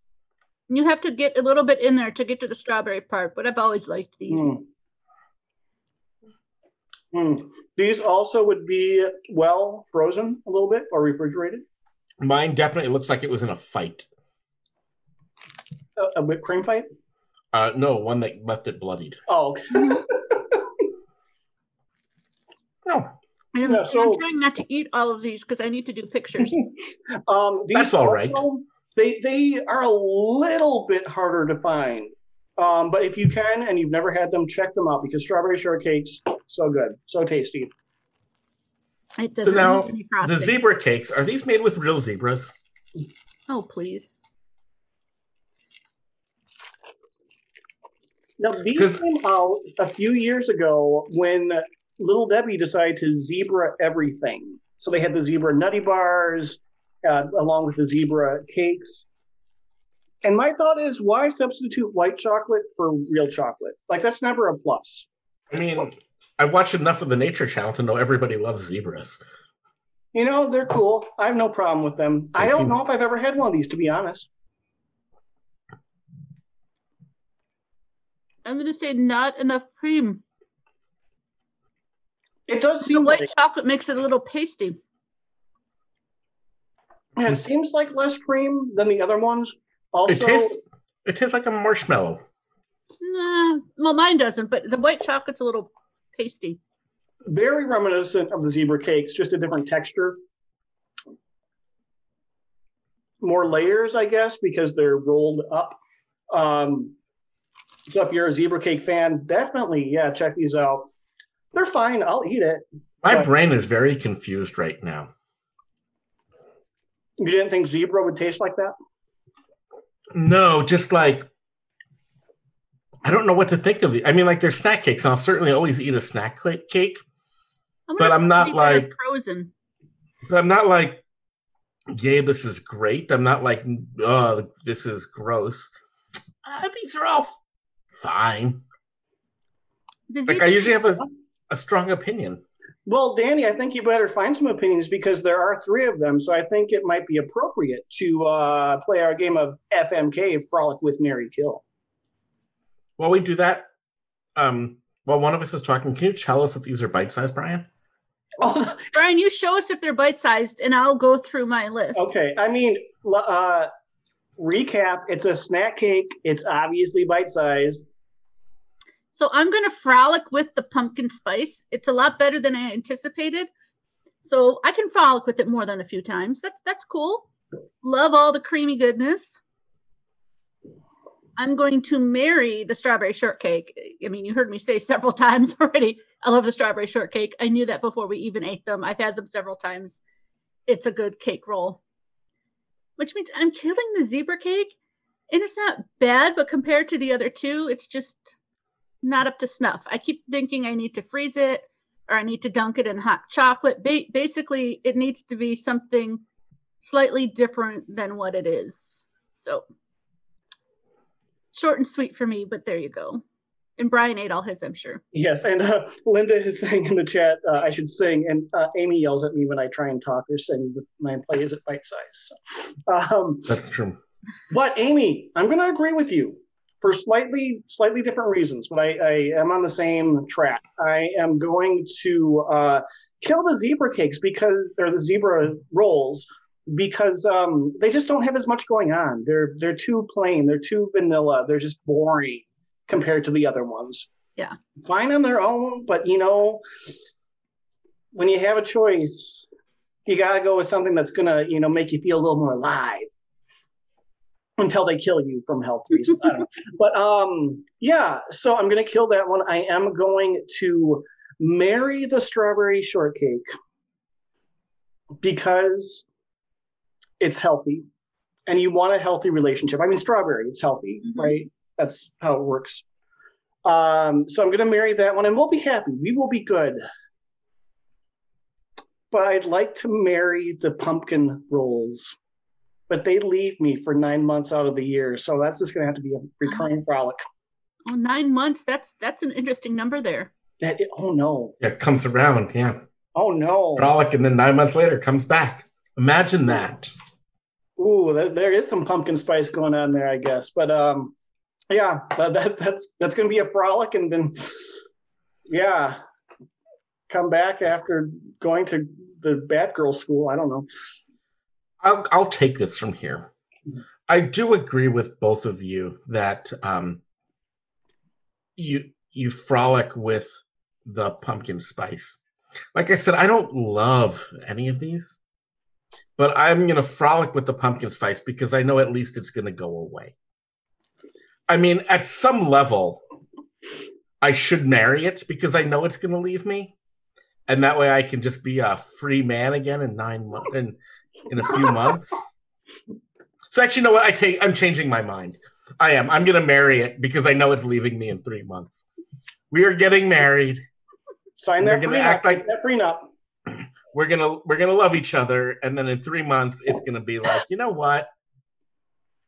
Speaker 1: And you have to get a little bit in there to get to the strawberry part, but I've always liked these.
Speaker 3: Mm. Mm. These also would be well frozen a little bit or refrigerated.
Speaker 2: Mine definitely looks like it was in a fight.
Speaker 3: A, a whipped cream fight.
Speaker 2: Uh, no, one that left it bloodied.
Speaker 3: Oh, okay.
Speaker 2: No,
Speaker 1: And
Speaker 3: Yeah,
Speaker 1: I'm
Speaker 3: so-
Speaker 1: trying not to eat all of these because I need to do pictures.
Speaker 3: um, these
Speaker 2: That's all right.
Speaker 3: also- They they are a little bit harder to find, um, but if you can and you've never had them, check them out because strawberry shortcakes so good, so tasty.
Speaker 1: It doesn't
Speaker 2: now,
Speaker 1: need any
Speaker 2: the
Speaker 1: frosting.
Speaker 2: zebra cakes are these made with real zebras?
Speaker 1: Oh please.
Speaker 3: Now these
Speaker 2: 'Cause-
Speaker 3: came out a few years ago when Little Debbie decided to zebra everything. So they had the zebra nutty bars uh, along with the zebra cakes. And my thought is, why substitute white chocolate for real chocolate? Like that's never a plus.
Speaker 2: I mean, I've watched enough of the Nature Channel to know everybody loves zebras.
Speaker 3: You know they're cool. I have no problem with them. I
Speaker 2: They
Speaker 3: don't
Speaker 2: seem-
Speaker 3: know if I've ever had one of these, to be honest.
Speaker 1: I'm gonna say not enough cream.
Speaker 3: It does
Speaker 1: The
Speaker 3: seem
Speaker 1: white
Speaker 3: like
Speaker 1: chocolate makes it a little pasty.
Speaker 3: yeah, it seems like less cream than the other ones. Also,
Speaker 2: it tastes it tastes like a marshmallow.
Speaker 1: Nah, well mine doesn't, but the white chocolate's a little pasty.
Speaker 3: very reminiscent of the zebra cakes, just a different texture, more layers, I guess, because they're rolled up. Um, so if you're a zebra cake fan, definitely yeah, check these out. They're fine. I'll eat it.
Speaker 2: My
Speaker 3: Right.
Speaker 2: brain is very confused right now.
Speaker 3: You didn't think zebra would taste like that?
Speaker 2: No, just like I don't know what to think of. The, I mean, like they're snack cakes, and I'll certainly always eat a snack cla- cake.
Speaker 1: I'm
Speaker 2: But
Speaker 1: gonna
Speaker 2: I'm not
Speaker 1: say they're
Speaker 2: like-
Speaker 1: frozen.
Speaker 2: But I'm not like, yay, this is great. I'm not like, oh, this is gross. Uh, these are all fine.
Speaker 1: The
Speaker 2: Like I
Speaker 1: zebra-
Speaker 2: usually have a, a strong opinion.
Speaker 3: Well, Danny, I think you better find some opinions because there are three of them. So I think it might be appropriate to uh, play our game of FMK, Frolic with Mary Kill.
Speaker 2: While we do that, um, while one of us is talking, can you tell us if these are bite sized, Brian?
Speaker 3: Oh,
Speaker 1: Brian, you show us if they're bite sized and I'll go through my list.
Speaker 2: Oh,
Speaker 3: okay. I mean, l- uh, recap it's a snack cake, it's obviously bite sized.
Speaker 1: So I'm going to frolic with the pumpkin spice. It's a lot better than I anticipated. So I can frolic with it more than a few times. That's that's cool. Love all the creamy goodness. I'm going to marry the strawberry shortcake. I mean, you heard me say several times already. I love the strawberry shortcake. I knew that before we even ate them. I've had them several times. It's a good cake roll. Which means I'm killing the zebra cake. And it's not bad, but compared to the other two, it's just not up to snuff. I keep thinking I need to freeze it or I need to dunk it in hot chocolate. Ba- basically, it needs to be something slightly different than what it is. So, short and sweet for me, but there you go. And Brian ate all his, I'm sure.
Speaker 3: Yes, and uh, Linda is saying in the chat, uh, I should sing, and uh, Amy yells at me when I try and talk or sing, but my play isn't bite sized. So. Um,
Speaker 2: That's true.
Speaker 3: But Amy, I'm going to agree with you for slightly slightly different reasons, but I, I am on the same track. I am going to uh, kill the zebra cakes because or the zebra rolls because um, they just don't have as much going on. They're they're too plain. They're too vanilla. They're just boring compared to the other ones.
Speaker 1: Yeah.
Speaker 3: Fine on their own, but you know, when you have a choice, you gotta go with something that's gonna you know make you feel a little more alive. Until they kill you from health reasons, I don't know. But um, yeah. So I'm gonna kill that one. I am going to marry the strawberry shortcake because it's healthy and you want a healthy relationship. I mean, strawberry, it's healthy,
Speaker 1: Mhm.
Speaker 3: right? That's how it works. Um, so I'm going to marry that one and we'll be happy. We will be good. But I'd like to marry the pumpkin rolls, but they leave me for nine months out of the year. So that's just going to have to be a recurring frolic.
Speaker 1: Well, Oh, nine months. That's that's an interesting number there.
Speaker 3: That, oh no.
Speaker 2: Yeah, it comes around. Yeah.
Speaker 3: Oh no.
Speaker 2: Frolic, and then nine months later comes back. Imagine that.
Speaker 3: Ooh, there, there is some pumpkin spice going on there, I guess. But um, yeah, that, that that's that's gonna be a frolic, and then yeah, come back after going to the Batgirl school. I don't know.
Speaker 2: I'll I'll take this from here. I do agree with both of you that um, you you frolic with the pumpkin spice. Like I said, I don't love any of these, but I'm gonna frolic with the pumpkin spice because I know at least it's gonna go away. I mean, at some level, I should marry it because I know it's gonna leave me, and that way I can just be a free man again in nine months and in a few months. So actually, you know what? I take. I'm changing my mind. I am. I'm gonna marry it because I know it's leaving me in three months. We are getting married.
Speaker 3: Sign
Speaker 2: They're
Speaker 3: that
Speaker 2: gonna
Speaker 3: prenup.
Speaker 2: act like-
Speaker 3: that prenup.
Speaker 2: We're gonna we're gonna love each other, and then in three months, it's gonna be like, you know what?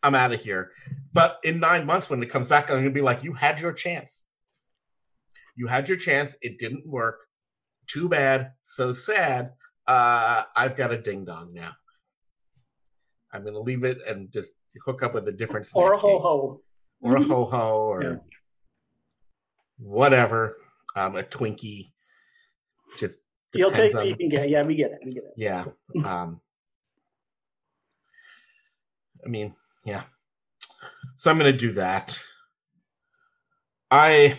Speaker 2: I'm out of here. But in nine months, when it comes back, I'm gonna be like, you had your chance. You had your chance. It didn't work. Too bad. So sad. Uh, I've got a ding dong now. I'm gonna leave it and just hook up with a different
Speaker 3: or a
Speaker 2: snack
Speaker 3: ho
Speaker 2: cake.
Speaker 3: ho.
Speaker 2: or a ho ho or
Speaker 3: Yeah.
Speaker 2: whatever, um, a Twinkie. Just
Speaker 3: You'll
Speaker 2: depends
Speaker 3: take what
Speaker 2: on
Speaker 3: you can get. Yeah, we get it. We get it.
Speaker 2: yeah. Um, I mean, yeah. So I'm gonna do that. I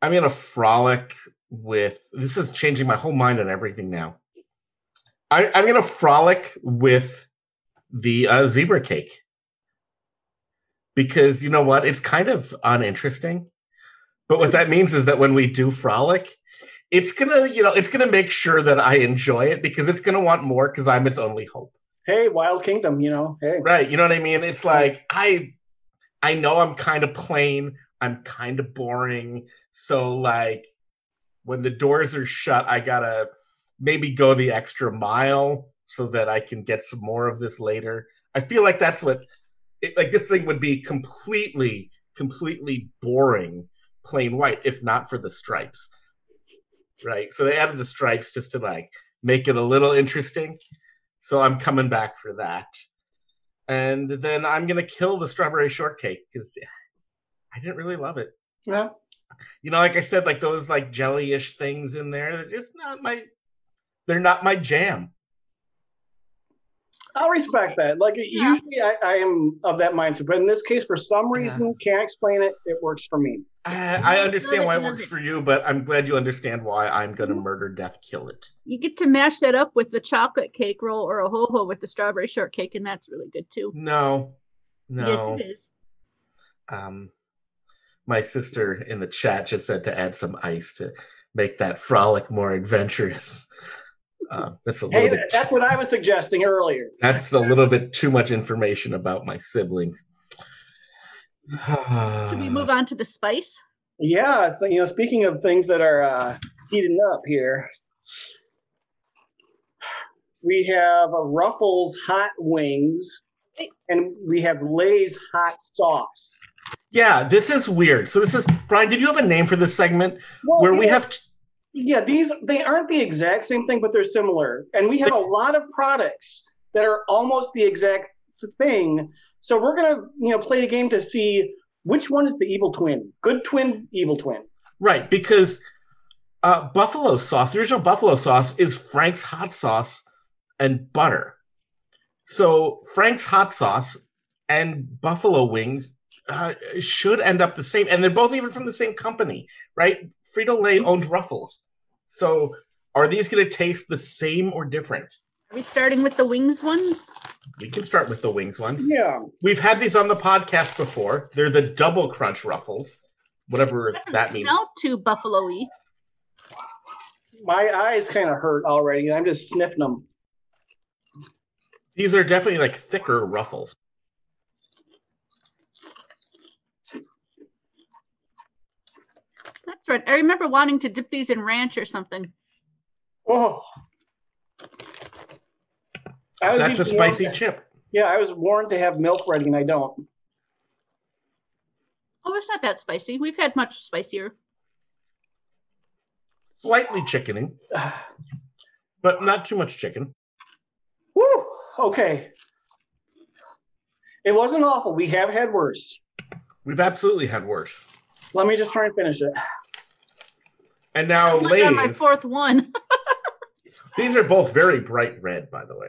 Speaker 2: I'm gonna frolic with this is changing my whole mind on everything now. I, I'm gonna frolic with the uh, zebra cake because you know what? It's kind of uninteresting. But what that means is that when we do frolic, it's gonna you know it's gonna make sure that i enjoy it because it's gonna want more because i'm its only hope
Speaker 3: Hey, Wild Kingdom. You know. Hey.
Speaker 2: right you know what i mean it's like i i know i'm kind of plain i'm kind of boring so like when the doors are shut i gotta maybe go the extra mile so that i can get some more of this later i feel like that's what it, like this thing would be completely completely boring plain white if not for the stripes right so they added the stripes just to like make it a little interesting so i'm coming back for that and then i'm gonna kill the strawberry shortcake because i didn't really love it
Speaker 3: Yeah.
Speaker 2: you know like i said like those like jelly-ish things in there they're just not my they're not my jam
Speaker 3: I'll respect that. Like
Speaker 1: Yeah.
Speaker 3: usually, I, I am of that mindset, but in this case, for some reason, can't explain it. It works for me.
Speaker 2: I, I
Speaker 1: Love
Speaker 2: understand
Speaker 1: it,
Speaker 2: why it
Speaker 1: love
Speaker 2: works
Speaker 1: it.
Speaker 2: for you, but I'm glad you understand why I'm gonna murder death kill it.
Speaker 1: You get to mash that up with the chocolate cake roll or a ho ho with the strawberry shortcake, and that's really good too.
Speaker 2: No, no.
Speaker 1: Yes, it is.
Speaker 2: Um, my sister in the chat just said to add some ice to make that frolic more adventurous. Uh, that's a little
Speaker 3: Hey,
Speaker 2: bit.
Speaker 3: that's what I was suggesting earlier.
Speaker 2: That's a little bit too much information about my siblings.
Speaker 1: Should we move on to the spice?
Speaker 3: Yeah, so you know, speaking of things that are uh, heating up here, we have a Ruffles hot wings, and we have Lay's hot sauce.
Speaker 2: Yeah, this is weird. So this is Brian. Did you have a name for this segment
Speaker 3: Well,
Speaker 2: where we
Speaker 3: Oh, yeah,
Speaker 2: have? T-
Speaker 3: yeah, these they aren't the exact same thing, but they're similar, and we have a lot of products that are almost the exact thing. So we're gonna you know play a game to see which one is the evil twin, good twin, evil twin.
Speaker 2: Right, because uh, buffalo sauce, the original buffalo sauce, is Frank's hot sauce and butter. So Frank's hot sauce and buffalo wings uh, should end up the same, and they're both even from the same company, right? Frito Lay
Speaker 1: Mm-hmm.
Speaker 2: owns Ruffles, so are these going to taste the same or different?
Speaker 1: Are we starting with the wings ones?
Speaker 2: We can start with the wings ones.
Speaker 3: Yeah.
Speaker 2: We've had these on the podcast before. They're the double crunch ruffles, whatever
Speaker 1: Doesn't
Speaker 2: that means.
Speaker 1: smell too buffalo-y.
Speaker 3: My eyes kind of hurt already, and I'm just sniffing them.
Speaker 2: These are definitely like thicker ruffles.
Speaker 1: That's right. I remember wanting to dip these in ranch or something.
Speaker 3: Oh. I was
Speaker 2: That's a
Speaker 3: being warned
Speaker 2: spicy
Speaker 3: that-
Speaker 2: chip.
Speaker 3: Yeah, I was warned to have milk ready, and I don't.
Speaker 1: Oh, it's not that spicy. We've had much spicier.
Speaker 2: Slightly chickening, but not too much chicken.
Speaker 3: Woo! Okay. It wasn't awful. We have had worse.
Speaker 2: We've absolutely had worse.
Speaker 3: Let me just try and finish it.
Speaker 2: And now,
Speaker 1: I'm like on my
Speaker 2: ladies,
Speaker 1: fourth one.
Speaker 2: these are both very bright red, by the way.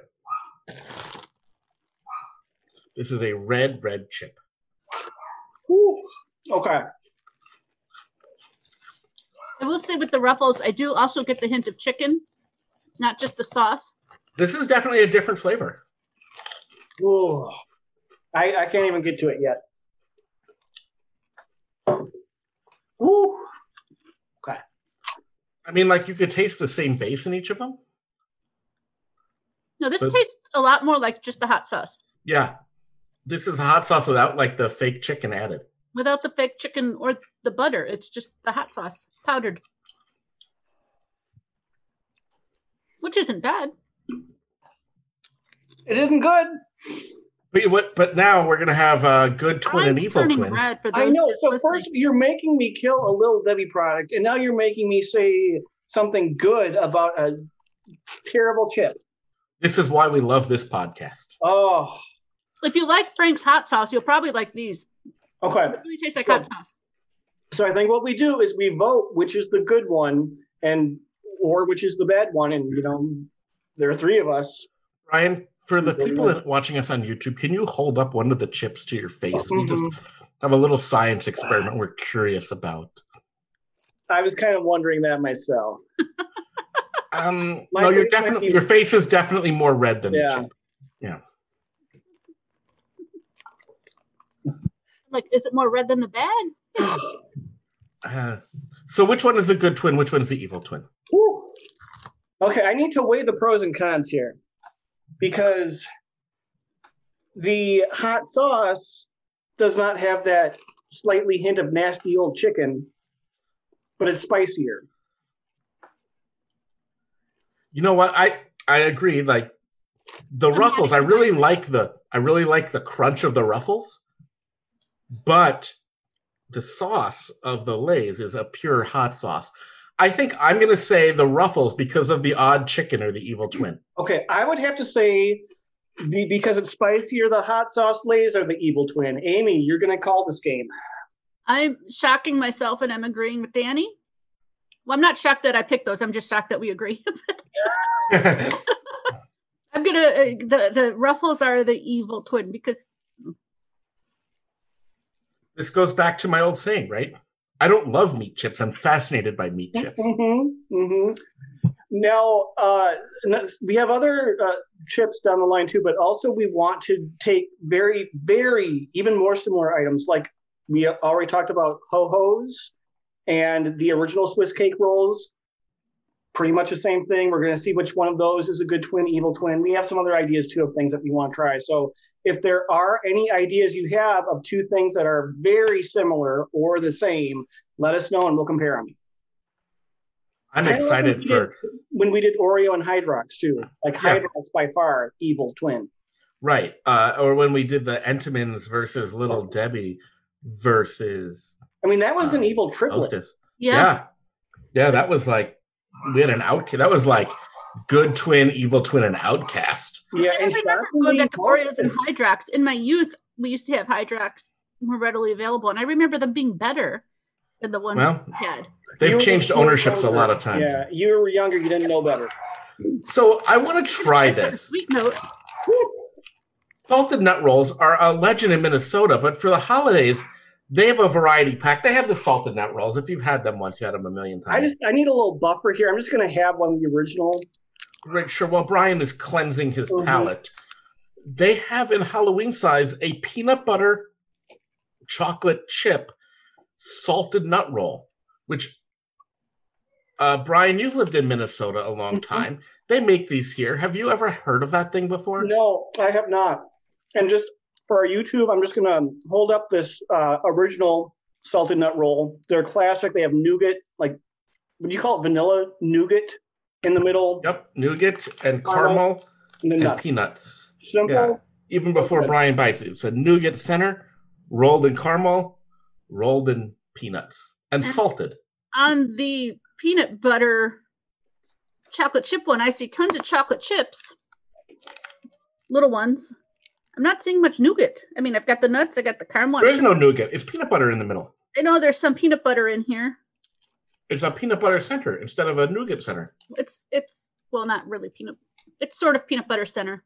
Speaker 2: This is a red, red chip.
Speaker 3: Woo. Okay.
Speaker 1: I will say with the ruffles, I do also get the hint of chicken, not just the sauce.
Speaker 2: This is definitely a different flavor.
Speaker 3: Whoa. I, I can't even get to it yet. Woo.
Speaker 2: I mean, like you could taste the same base in each of them.
Speaker 1: No, this
Speaker 2: But-
Speaker 1: tastes a lot more like just the hot sauce
Speaker 2: Yeah. This is hot sauce without like the fake chicken added.
Speaker 1: without the fake chicken or the butter. It's just the hot sauce powdered, which isn't bad.
Speaker 3: It isn't good.
Speaker 2: But you- what? But now we're gonna have a good twin
Speaker 1: I'm
Speaker 2: and evil
Speaker 1: turning
Speaker 2: twin.
Speaker 1: red for those
Speaker 3: I know.
Speaker 1: just
Speaker 3: So
Speaker 1: listening.
Speaker 3: first you're making me kill a little Debbie product, and now you're making me say something good about a terrible chip.
Speaker 2: This is why we love this podcast.
Speaker 3: Oh,
Speaker 1: if you like Frank's hot sauce, you'll probably like these.
Speaker 3: okay.
Speaker 1: It really tastes like
Speaker 3: Sure.
Speaker 1: hot sauce.
Speaker 3: So I think what we do is we vote which is the good one and or which is the bad one, and you know there are three of us.
Speaker 2: Ryan, for the
Speaker 3: Very
Speaker 2: people
Speaker 3: well.
Speaker 2: that- watching us on YouTube, can you hold up one of the chips to your face? We just
Speaker 3: Mhm.
Speaker 2: have a little science experiment we're curious about.
Speaker 3: I was kind of wondering that myself.
Speaker 2: Um,
Speaker 3: My
Speaker 2: no, you're
Speaker 3: face might
Speaker 2: definitely
Speaker 3: be-
Speaker 2: your face is definitely more red than the
Speaker 3: Yeah.
Speaker 2: chip.
Speaker 1: Like, is it more red than the bag?
Speaker 2: Uh, so which one is the good twin? Which one's the evil twin?
Speaker 3: Whew. Okay, I need to weigh the pros and cons here because the hot sauce does not have that slightly hint of nasty old chicken, but it's spicier.
Speaker 2: You know what? I I agree. Like the
Speaker 1: I'm
Speaker 2: ruffles, I
Speaker 1: having
Speaker 2: really
Speaker 1: mine.
Speaker 2: like the I really like the crunch of the ruffles, but the sauce of the Lay's is a pure hot sauce. I think I'm gonna say the ruffles because of the odd chicken or the evil
Speaker 3: Mm.
Speaker 2: twin.
Speaker 3: Okay, I would have to say the because it's spicier, the hot sauce lays are the evil twin. Amy, you're gonna call this game.
Speaker 1: I'm shocking myself and I'm agreeing with Danny. Well, I'm not shocked that I picked those. I'm just shocked that we agree. I'm gonna uh, the the ruffles are the evil twin because
Speaker 2: this goes back to my old saying, right? I don't love meat chips. I'm fascinated by meat chips.
Speaker 3: Mm-hmm. Mm-hmm. Now, uh, n- we have other uh, chips down the line too, but also we want to take very, very, even more similar items. Like we already talked about ho hos and the original Swiss cake rolls. Pretty much the same thing. We're going to see which one of those is a good twin, evil twin. We have some other ideas too of things that we want to try. So, if there are any ideas you have of two things that are very similar or the same, let us know and we'll compare them
Speaker 2: I'm
Speaker 3: I love
Speaker 2: excited
Speaker 3: meat
Speaker 2: for
Speaker 3: when we did Oreo and Hydrox too. Like
Speaker 2: Yeah.
Speaker 3: Hydrox by far evil twin.
Speaker 2: Right. Uh, or when we did the Entenmann's versus Little Debbie versus
Speaker 3: I mean, that was an
Speaker 2: Wow.
Speaker 3: evil triplet.
Speaker 2: Hostess.
Speaker 1: yeah,
Speaker 2: Yeah, that was like we had an outcast. That was like good twin, evil twin, and outcast.
Speaker 3: Yeah,
Speaker 1: I
Speaker 3: and
Speaker 1: remember going
Speaker 3: shockingly,
Speaker 1: back to Oreos and
Speaker 3: Hostess-
Speaker 1: Hydrox. In my youth, we used to have Hydrox more readily available, and I remember them being better than the ones
Speaker 2: Well,
Speaker 1: we had.
Speaker 3: you
Speaker 2: they've
Speaker 3: were-
Speaker 2: changed
Speaker 3: you were
Speaker 2: ownerships a
Speaker 3: younger.
Speaker 2: lot of times.
Speaker 3: Yeah, you were younger, you didn't know better.
Speaker 2: So I want to try this.
Speaker 1: Sweet note.
Speaker 2: Salted nut rolls are a legend in Minnesota, but for the holidays, they have a variety pack. They have the salted nut rolls. If you've had them once, you had them a million
Speaker 3: I
Speaker 2: times.
Speaker 3: just I need a little buffer here. I'm just gonna have one of the original.
Speaker 2: Right, sure. While Brian is cleansing his
Speaker 3: Mhm.
Speaker 2: palate, they have in Halloween size a peanut butter chocolate chip salted nut roll, which uh, Brian, you've lived in Minnesota a long
Speaker 3: Mhm.
Speaker 2: time. They make these here. Have you ever heard of that thing before?
Speaker 3: No, I have not. And just for our YouTube, I'm just gonna um, hold up this uh, original salted nut roll. They're classic. They have nougat, like what do you call it? Vanilla nougat in the middle,
Speaker 2: Yep, nougat and
Speaker 3: Caramel
Speaker 2: caramel
Speaker 3: and then
Speaker 2: and
Speaker 3: nuts.
Speaker 2: peanuts.
Speaker 3: Simple.
Speaker 2: yeah. Even before
Speaker 3: Okay.
Speaker 2: Brian bites it, it's a nougat center, rolled in caramel, rolled in peanuts, and
Speaker 1: And-
Speaker 2: salted.
Speaker 1: On the peanut butter chocolate chip one, I see tons of chocolate chips, little ones. I'm not seeing much nougat. I mean, I've got the nuts, I got the caramel.
Speaker 2: There is no nougat. It's peanut butter in the middle.
Speaker 1: I know there's some peanut butter in here.
Speaker 2: It's a peanut butter center instead of a nougat center.
Speaker 1: It's it's well, not really peanut. It's sort of peanut butter center.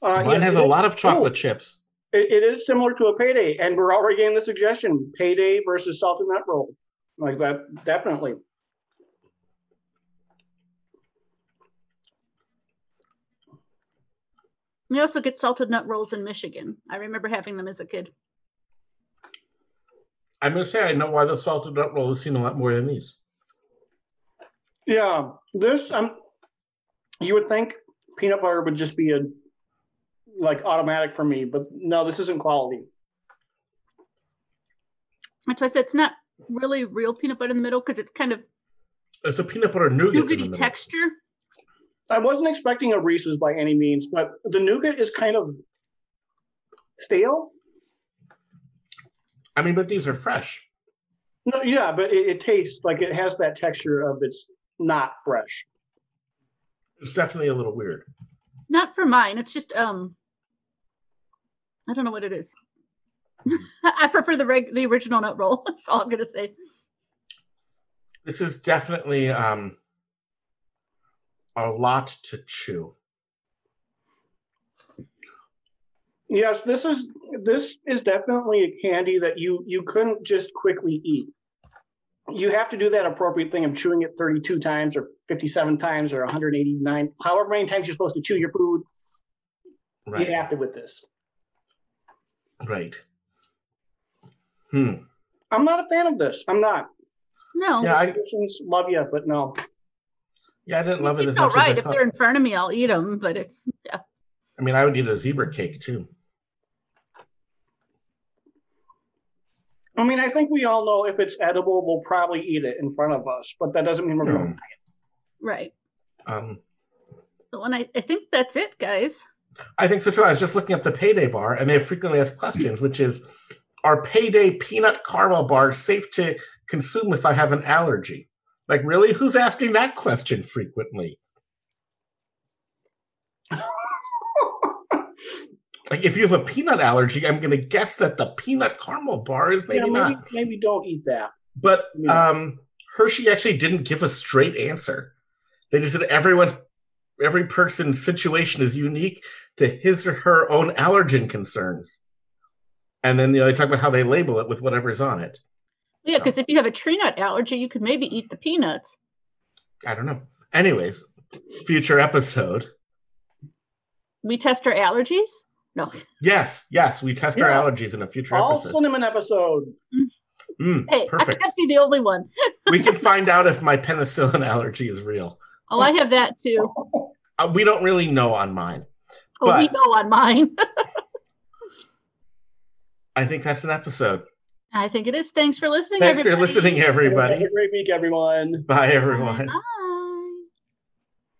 Speaker 3: Uh,
Speaker 2: Mine
Speaker 3: yeah,
Speaker 2: has a
Speaker 3: it-
Speaker 2: lot of chocolate
Speaker 3: oh.
Speaker 2: chips.
Speaker 3: It, it is similar to a payday, and we're already getting the suggestion: payday versus salted nut roll. Like that, definitely.
Speaker 1: We also get salted nut rolls in Michigan. I remember having them as a kid.
Speaker 2: I'm gonna say I know why the salted nut roll is seen a lot more than these.
Speaker 3: Yeah, this um, you would think peanut butter would just be a like automatic for me, but no, this isn't quality.
Speaker 1: That's why I said it's not really real peanut butter in the middle because it's kind of
Speaker 2: It's a peanut butter nougat. in the
Speaker 1: nougaty
Speaker 2: middle.
Speaker 1: texture.
Speaker 3: I wasn't expecting a Reese's by any means, but the nougat is kind of stale.
Speaker 2: I mean, but these are fresh.
Speaker 3: No, yeah, but it, it tastes like it has that texture of it's not fresh.
Speaker 2: It's definitely a little weird.
Speaker 1: Not for mine. It's just um, I don't know what it is. I prefer the reg- the original nut roll. That's all I'm gonna say.
Speaker 2: This is definitely um, a lot to chew.
Speaker 3: Yes, this is this is definitely a candy that you you couldn't just quickly eat. You have to do that appropriate thing of chewing it 32 times or 57 times or 189, however many times you're supposed to chew your food.
Speaker 2: Right.
Speaker 3: You have to with this.
Speaker 2: Right. Hmm.
Speaker 3: I'm not a fan of this. I'm not.
Speaker 1: No,
Speaker 2: Yeah, I
Speaker 3: Christians love you, but no.
Speaker 2: yeah I didn't love it as
Speaker 1: it's
Speaker 2: much
Speaker 1: all right.
Speaker 2: as I
Speaker 1: If
Speaker 2: thought.
Speaker 1: they're in front of me, I'll eat them. But it's yeah.
Speaker 2: I mean, I would eat a zebra cake too.
Speaker 3: I mean, I think we all know if it's edible, we'll probably eat it in front of us, but that doesn't mean we're going.
Speaker 2: Hmm.
Speaker 3: to
Speaker 1: right.
Speaker 2: Um,
Speaker 1: The one I I think that's it, guys.
Speaker 2: I think so too. I was just looking up the payday bar, and they have frequently asked questions, which is, are payday peanut caramel bars safe to consume if I have an allergy? Like, really? Who's asking that question frequently? Hmm. Like, if you have a peanut allergy, I'm going to guess that the peanut caramel bar is maybe
Speaker 3: yeah, maybe,
Speaker 2: not.
Speaker 3: maybe don't eat that.
Speaker 2: But
Speaker 3: Yeah.
Speaker 2: um, Hershey actually didn't give a straight answer. They just said everyone's every person's situation is unique to his or her own allergen concerns. And then you know they talk about how they label it with whatever's on it.
Speaker 1: Yeah,
Speaker 2: So-
Speaker 1: because if you have a tree nut allergy, you could maybe eat the peanuts.
Speaker 2: I don't know. Anyways, future episode.
Speaker 1: We test our allergies. No,
Speaker 2: Yes, yes, we test our
Speaker 3: Yeah.
Speaker 2: allergies in a future
Speaker 3: All
Speaker 2: episode.
Speaker 3: cinnamon episode.
Speaker 2: Mm,
Speaker 1: hey, I
Speaker 2: perfect.
Speaker 1: can't be the only one.
Speaker 2: we can find out if my penicillin allergy is real.
Speaker 1: Oh, I have that too.
Speaker 2: Uh, we don't really know on mine.
Speaker 1: Oh, we
Speaker 2: But-
Speaker 1: know on mine.
Speaker 2: I think that's an episode.
Speaker 1: I think it is. Thanks for listening.
Speaker 2: Thanks
Speaker 1: everybody.
Speaker 2: for listening,
Speaker 3: Have
Speaker 2: everybody.
Speaker 3: a great week, everyone.
Speaker 2: Bye, everyone.
Speaker 1: Bye.